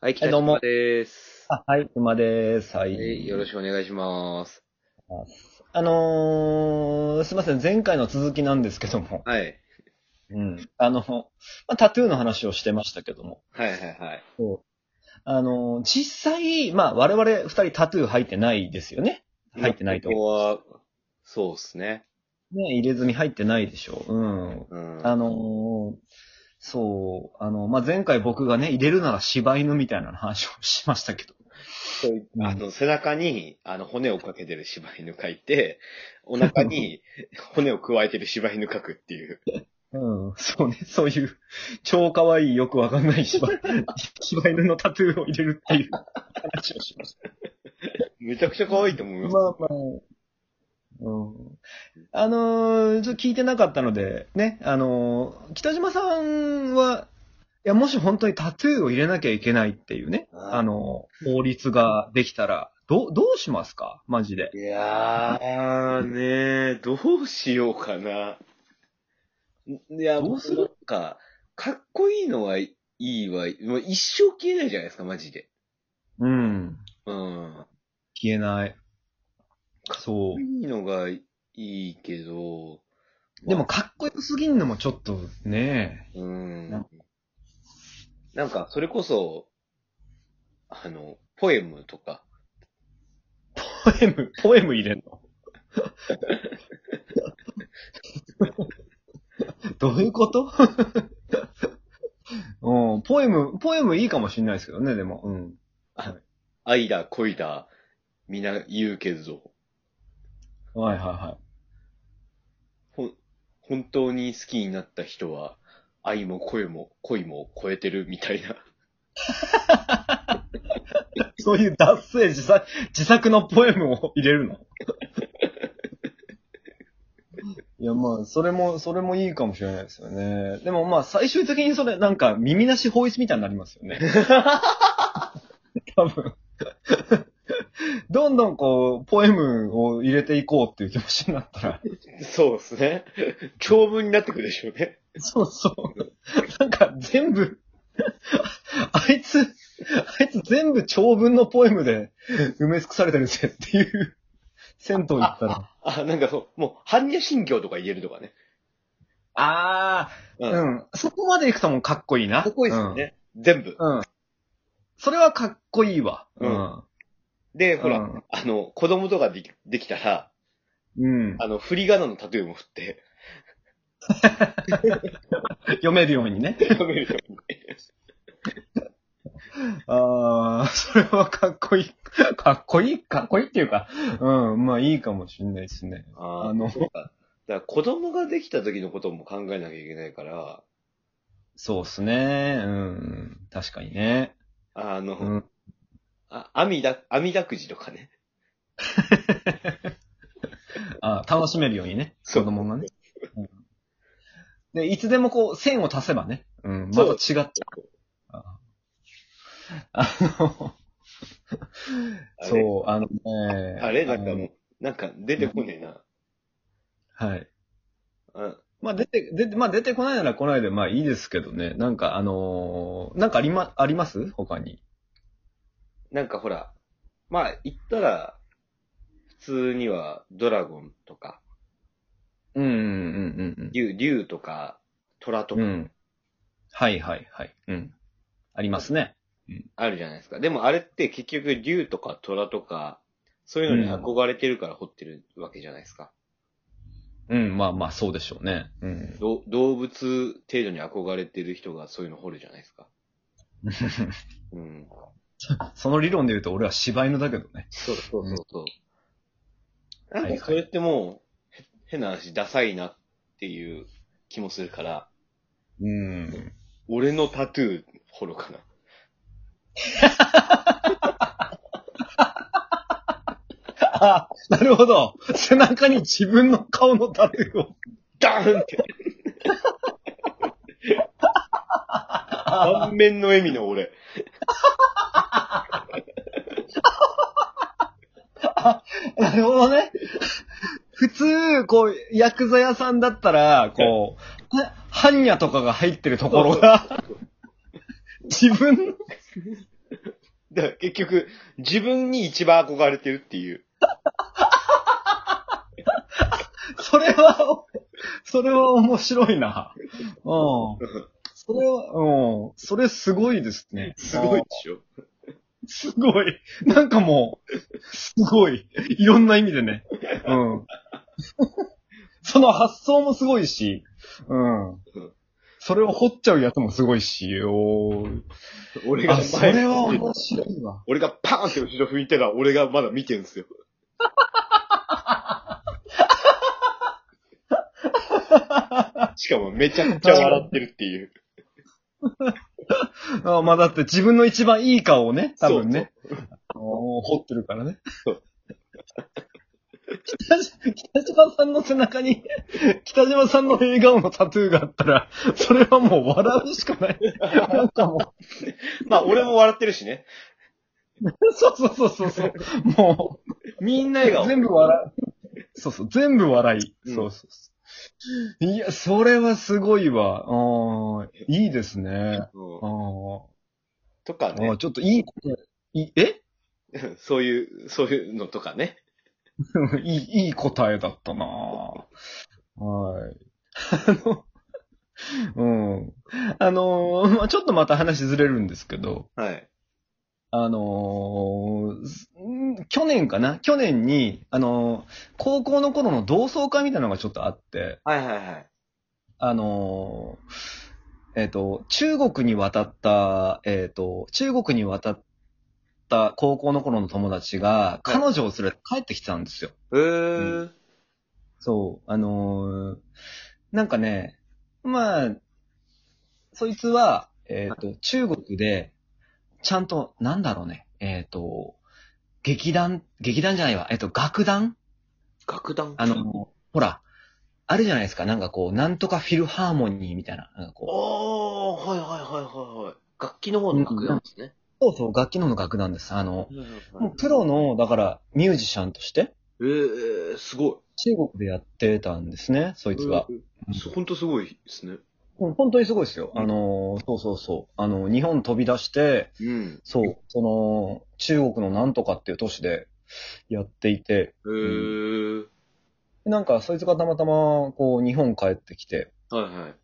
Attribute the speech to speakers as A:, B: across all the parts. A: はい、北
B: どうも
A: 島です。
B: あ、はい、馬です。は。
A: はいい、よろしくお願いします。
B: あのー、すいません、前回の続きなんですけども、
A: はい。
B: うん。あの、まあ、タトゥーの話をしてましたけども、
A: はいはいはい。
B: あのー、実際、まあ、我々二人タトゥー入ってないですよね。入ってないと
A: ここは、そうっすね。
B: ね、入れ墨入ってないでしょう。うん。
A: うん。
B: あのー、そう、あの、まあ、前回僕がね、入れるなら柴犬みたいな話をしましたけど。
A: そういうあの、背中に、あの、骨をかけてる柴犬描いて、お腹に骨を加えてる柴犬描くっていう。
B: うん、そうね、そういう、超可愛いよくわかんない柴 柴犬のタトゥーを入れるっていう話をしました。
A: めちゃくちゃ可愛いと思います。
B: まあまあ。うん、あのーちょっと聞いてなかったので、ね、あのー北島さんは、いや、もし本当にタトゥーを入れなきゃいけないっていうね、
A: あー
B: あのー法律ができたら、どう、どうしますかマジで。
A: いやー、ねーどうしようかな。んいや、
B: どうする
A: なんか、かっこいいのはいいいわ、もう一生消えないじゃないですか、マジで。
B: うん。
A: うん。
B: 消えない。そ
A: いいのがいいけど、
B: う。でも、かっこよすぎんのもちょっとね、
A: うん
B: なん。
A: なんか、それこそ、あの、ポエムとか、
B: ポエム、ポエム入れんのどういうことうん、ポエム、ポエムいいかもしれないですけどね、でも。うん。
A: 愛だ、恋だ、みんな言うけど、
B: はいはいは
A: ほん本当に好きになった人は、愛も恋も恋も超えてるみたいな。
B: い。そういう脱性自作、自作のポエムを入れるの いや、まあ、それも、それもいいかもしれないですよね。でもまあ、最終的にそれ、なんか、耳なし法律みたいになりますよね。多分。どんどんこう、ポエムを入れていこうっていう気持ちになったら。
A: そうですね。長文になってくるでしょうね。
B: そうそう。なんか全部、 あいつ、あいつ全部長文のポエムで埋め尽くされてるぜっていう、銭湯行ったら。
A: あ、なんかそう、もう、般若心経とか言えるとかね。
B: あ
A: う。
B: ー、うんん。そこまで行くともうかっこいいな。
A: かっこいいですよね。全部。
B: うん。うん。それはかっこいいわ。
A: うん
B: うん。
A: で、ほら、
B: うん
A: あの、子供とかできできたら、
B: うん。
A: あの、振り仮名のタトゥーも振って、
B: 読めるようにね。
A: 読めるように
B: ああ、それはかっこいい。かっこいい、かっこいいっていうか、うん、まあいいかもしれないですね。
A: あ
B: あの
A: そうか。だから子供ができた時のことも考えなきゃいけないから、
B: そうっすね。うん、確かにね。
A: あの、
B: うん。
A: あ、阿弥陀、阿弥陀くじとかね。
B: あ楽しめるようにね。
A: そ
B: 子
A: う
B: 供がね。うんで、いつでもこう、線を足せばね。うん、ま
A: そう
B: た違って。ああの、
A: あれ
B: そう、あのね。
A: あれなんかも
B: の
A: う、なんか出てこねえな。
B: はい。
A: あ
B: まあ出て、出て、まあ出てこないなら来ないで、まあいいですけどね。なんかあのーなんかありま、あります他に。
A: なんかほら、まあ、言ったら、普通にはドラゴンとか、
B: うんうんうん
A: 竜、竜とか、虎と
B: うん。う
A: か
B: ん。はいはいはい。うん。ありますね。
A: あるじゃないですか。でもあれって結局竜とか虎とか、そういうのに
B: うん
A: 憧れてるから掘ってるわけじゃないですか。
B: うん、まあまあそうでしょうね。うん。
A: ど動物程度に憧れてる人がそういうの掘るじゃないですか。うん。
B: その理論で言うと俺は柴犬だけどね。
A: そうそうそうそう。
B: ん
A: なんかそれってもう、へ変な話、ダサいなっていう気もするから、
B: うん。
A: 俺のタトゥー掘ろうかな。
B: あなるほど。背中に自分の顔のタトゥーを。
A: ダーンって。顔面の笑みの俺。
B: なるほどね。普通、こう、ヤクザ屋さんだったら、こう、は 般若とかが入ってるところが、自分の、
A: だから結局、自分に一番憧れてるっていう。
B: それは、それは面白いな。 うん。それは、うん。それすごいですね。
A: すごい
B: あ
A: で。しょ
B: すごい。なんかもう、すごい。いろんな意味でね。うん。その発想もすごいし、うん。それを掘っちゃうやつもすごいし、おー
A: 俺が
B: あ、それは
A: 前
B: 面白いわ。
A: 俺がパーンって後ろ吹いてたら俺がまだ見てるん ですよ。しかもめちゃくちゃ笑ってるっていう。
B: あまあだって自分の一番いい顔をね、多分ね。
A: そうそう。
B: おー掘ってるからね
A: そう。
B: 北島北島さんの背中に、北島さんの笑顔のタトゥーがあったら、それはもう笑うしかない。なんかもう、
A: まあ俺も笑ってるしね。
B: そうそうそうそうそう。も
A: みんな
B: う、
A: 笑顔。
B: 全部笑い。そうそう、全部笑い。
A: うん
B: そうそうそう。いや、それはすごいわ。あーいいですね。
A: うん
B: あー
A: とか
B: あ
A: ね
B: ー、ちょっといいこと、いえ
A: そういう、そういうのとかね。
B: いい、いい答えだったなぁはい。あの、 うん。あのーまあちょっとまた話ずれるんですけど、
A: はい。
B: あのーすん去年かな去年に、あのー高校の頃の同窓会みたいなのがちょっとあって、
A: はいはいはい。
B: あのーえっ、と、中国に渡った、えっ、と、中国に渡った高校の頃の友達が、
A: はい
B: 彼女を連れて帰ってきてたんですよ。
A: うーん。
B: そう、あのーなんかね、まあ、そいつは、えっ、と、中国で、ちゃんと、なんだろうね、えっ、と、劇団、劇団じゃないわ、えっ、と、楽団
A: 楽団
B: あ、の、ほら、あるじゃないですか、なんかこう、なんとかフィルハーモニーみたいな、なんかこ
A: おー、はいはいはいはいはい。楽器の方の楽団ですね。
B: う、そうそう、楽器の楽団です。あの、
A: はいはい
B: も
A: はいう
B: プロの、だから、ミュージシャンとして、
A: えー、すごい。
B: 中国でやってたんですね、そいつは。
A: うん。そうほんとすごいですね。
B: うん本当にすごいですよ。あの、そうそうそう。あの、日本飛び出して、
A: うん。
B: そう、その、中国のなんとかっていう都市でやっていて、
A: えー、
B: なんかそいつがたまたま、こう、日本帰ってきて、
A: はいはい。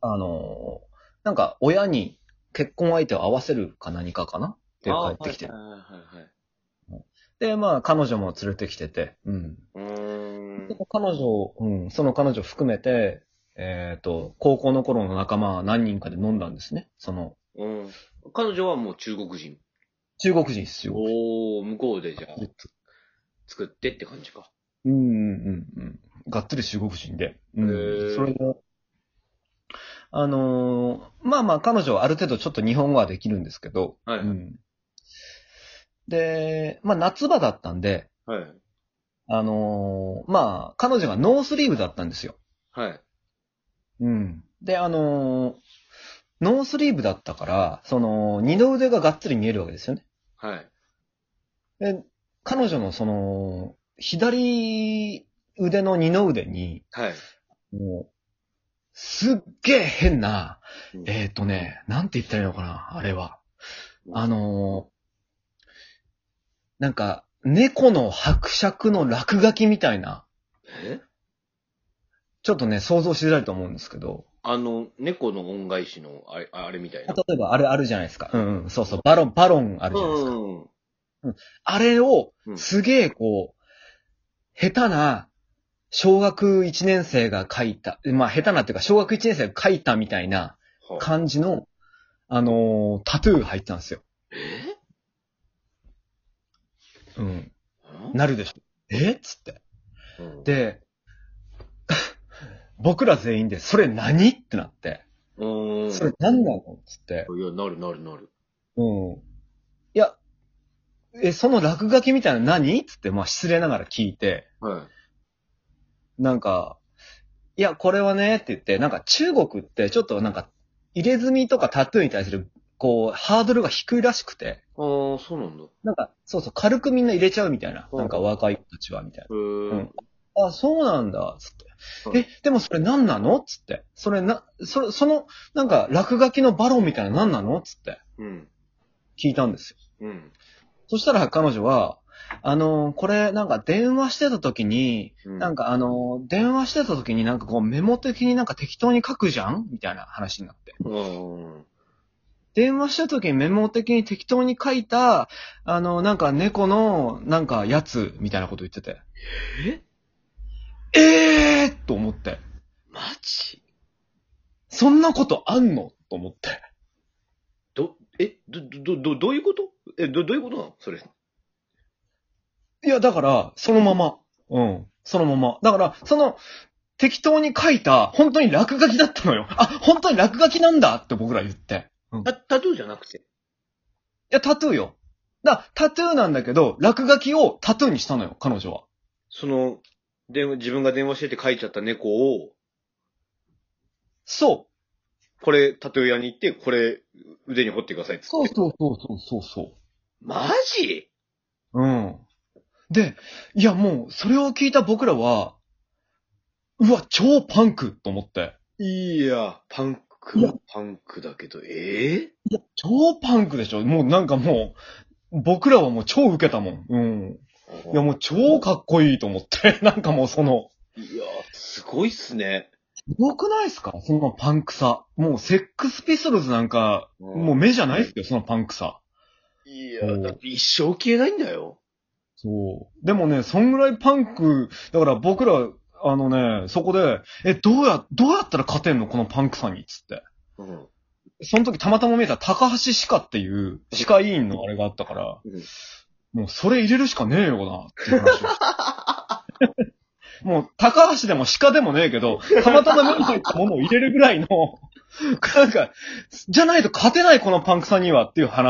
B: あのーなんか親に結婚相手を合わせるか何かかなって帰ってきて。
A: あーはいはい
B: で、まあ、彼女も連れてきてて、うん。
A: はいはい。うーん
B: で。彼女を、うん、その彼女含めて、えっ、と、高校の頃の仲間は何人かで飲んだんですね。その、
A: うん。彼女はもう中国人。
B: 中国人ですよ。
A: おー、向こうでじゃあ、作ってって感じか。
B: うんうんうんうん。がっつり中国人で。
A: へ
B: う
A: ー
B: ん。それで、あのーまあまあ彼女はある程度ちょっと日本語はできるんですけど、
A: はいはい
B: うんで、まあ夏場だったんで、
A: はい。
B: あのーまあ彼女がノースリーブだったんですよ。
A: はい。
B: うん。で、あのーノースリーブだったから、その、二の腕ががっつり見えるわけですよね。
A: はい。
B: で、彼女のその、左腕の二の腕に、
A: はい。
B: もう、すっげえ変な、
A: うん
B: えっ、とね、なんて言ったらいいのかな、あれは。あのーなんか、猫の伯爵の落書きみたいな、
A: え
B: ちょっとね、想像しづらいと思うんですけど、
A: あの、猫の恩返しの、あれ、あれみたい
B: 例
A: な。
B: えばあれあるじゃないですか。うんうん、そうそう、バロン、バロンあるじゃないですか。
A: うん。
B: あれを
A: う、ん
B: すげえこう、下手な、小学1年生が書いた、まあ下手なっていうか、小学1年生が書いたみたいな、
A: は
B: 感じの、あのータトゥーが入ってたんですよ。
A: え
B: うん。なるでしょ。えっつって。
A: うん、
B: で、 僕ら全員で、それ何ってなって。
A: うん。
B: それ何なのつって。
A: いや、なるなるなる。
B: うん。いや、え、その落書きみたいなの何つって、まあ失礼ながら聞いて、
A: はい。
B: なんか、いや、これはね、って言って、なんか中国ってちょっとなんか、入れ墨とかタトゥーに対する、こう、ハードルが低いらしくて。
A: ああ、そうなんだ。へ
B: なんか、そうそう、軽くみんな入れちゃうみたいな。
A: うん
B: なんか若い子たちは、みたい
A: え。
B: うんな。あ、そうなんだ、つっ
A: うん
B: て。え、でもそれ何なのつって。それな、それ、その、なんか落書きのバロンみたいな何なのつって
A: うん。
B: 聞いたんです
A: う
B: よ。
A: うん。
B: そしたら彼女は、あの、これなんか電話してた時に、
A: うん
B: なんかあの、電話してた時になんかこうメモ的になんか適当に書くじゃんみたいな話になって。
A: うん。
B: 電話した時にメモ的に適当に書いた、あの、なんか猫の、なんかやつ、みたいなこと言ってて。ええー、と思って。
A: マジ
B: そんなことあんのと思って。
A: ど、え、ど、ど、ど、どういうことえ、ど、どういうことなのそれ。
B: いや、だから、そのまま。うん。そのまま。だから、その、適当に書いた、本当に落書きだったのよ。あ、本当に落書きなんだって僕ら言って。
A: タ、タトゥーじゃなくて。
B: いや、タトゥーよ。だタトゥーなんだけど、落書きをタトゥーにしたのよ、彼女は。
A: その、電話、自分が電話してて書いちゃった猫を、
B: そう。
A: これ、タトゥー屋に行って、これ、腕に彫ってくださいっつって。
B: そうそうそうそうそうそう。
A: マジ
B: うん。で、いやもう、それを聞いた僕らは、うわ、超パンクと思って。
A: いや、パン
B: いや
A: ク、パンクだけど、ええ
B: いや、超パンクでしょもうなんかもう、僕らはもう超ウケたもん。うん。いやもう超かっこいいと思って。 なんかもうその、
A: いや、すごいっすね。
B: すごくないですかそのパンクさ。もうセックスピストルズなんか、もう目じゃないっすよ、そのパンクさ。
A: いや、だって一生消えないんだよ。
B: そう。でもね、そんぐらいパンク、だから僕ら、あのね、そこで、え、どうや、どうやったら勝てんのこのパンクさに、つって。
A: うん。
B: その時たまたま見えた高橋歯科っていう、歯科医院のあれがあったから、
A: うん
B: もうそれ入れるしかねえよな、っていう話をして もう、高橋でも歯科でもねえけど、たまたま目に入ったものを入れるぐらいの、なんか、じゃないと勝てないこのパンクさんにはっていう話。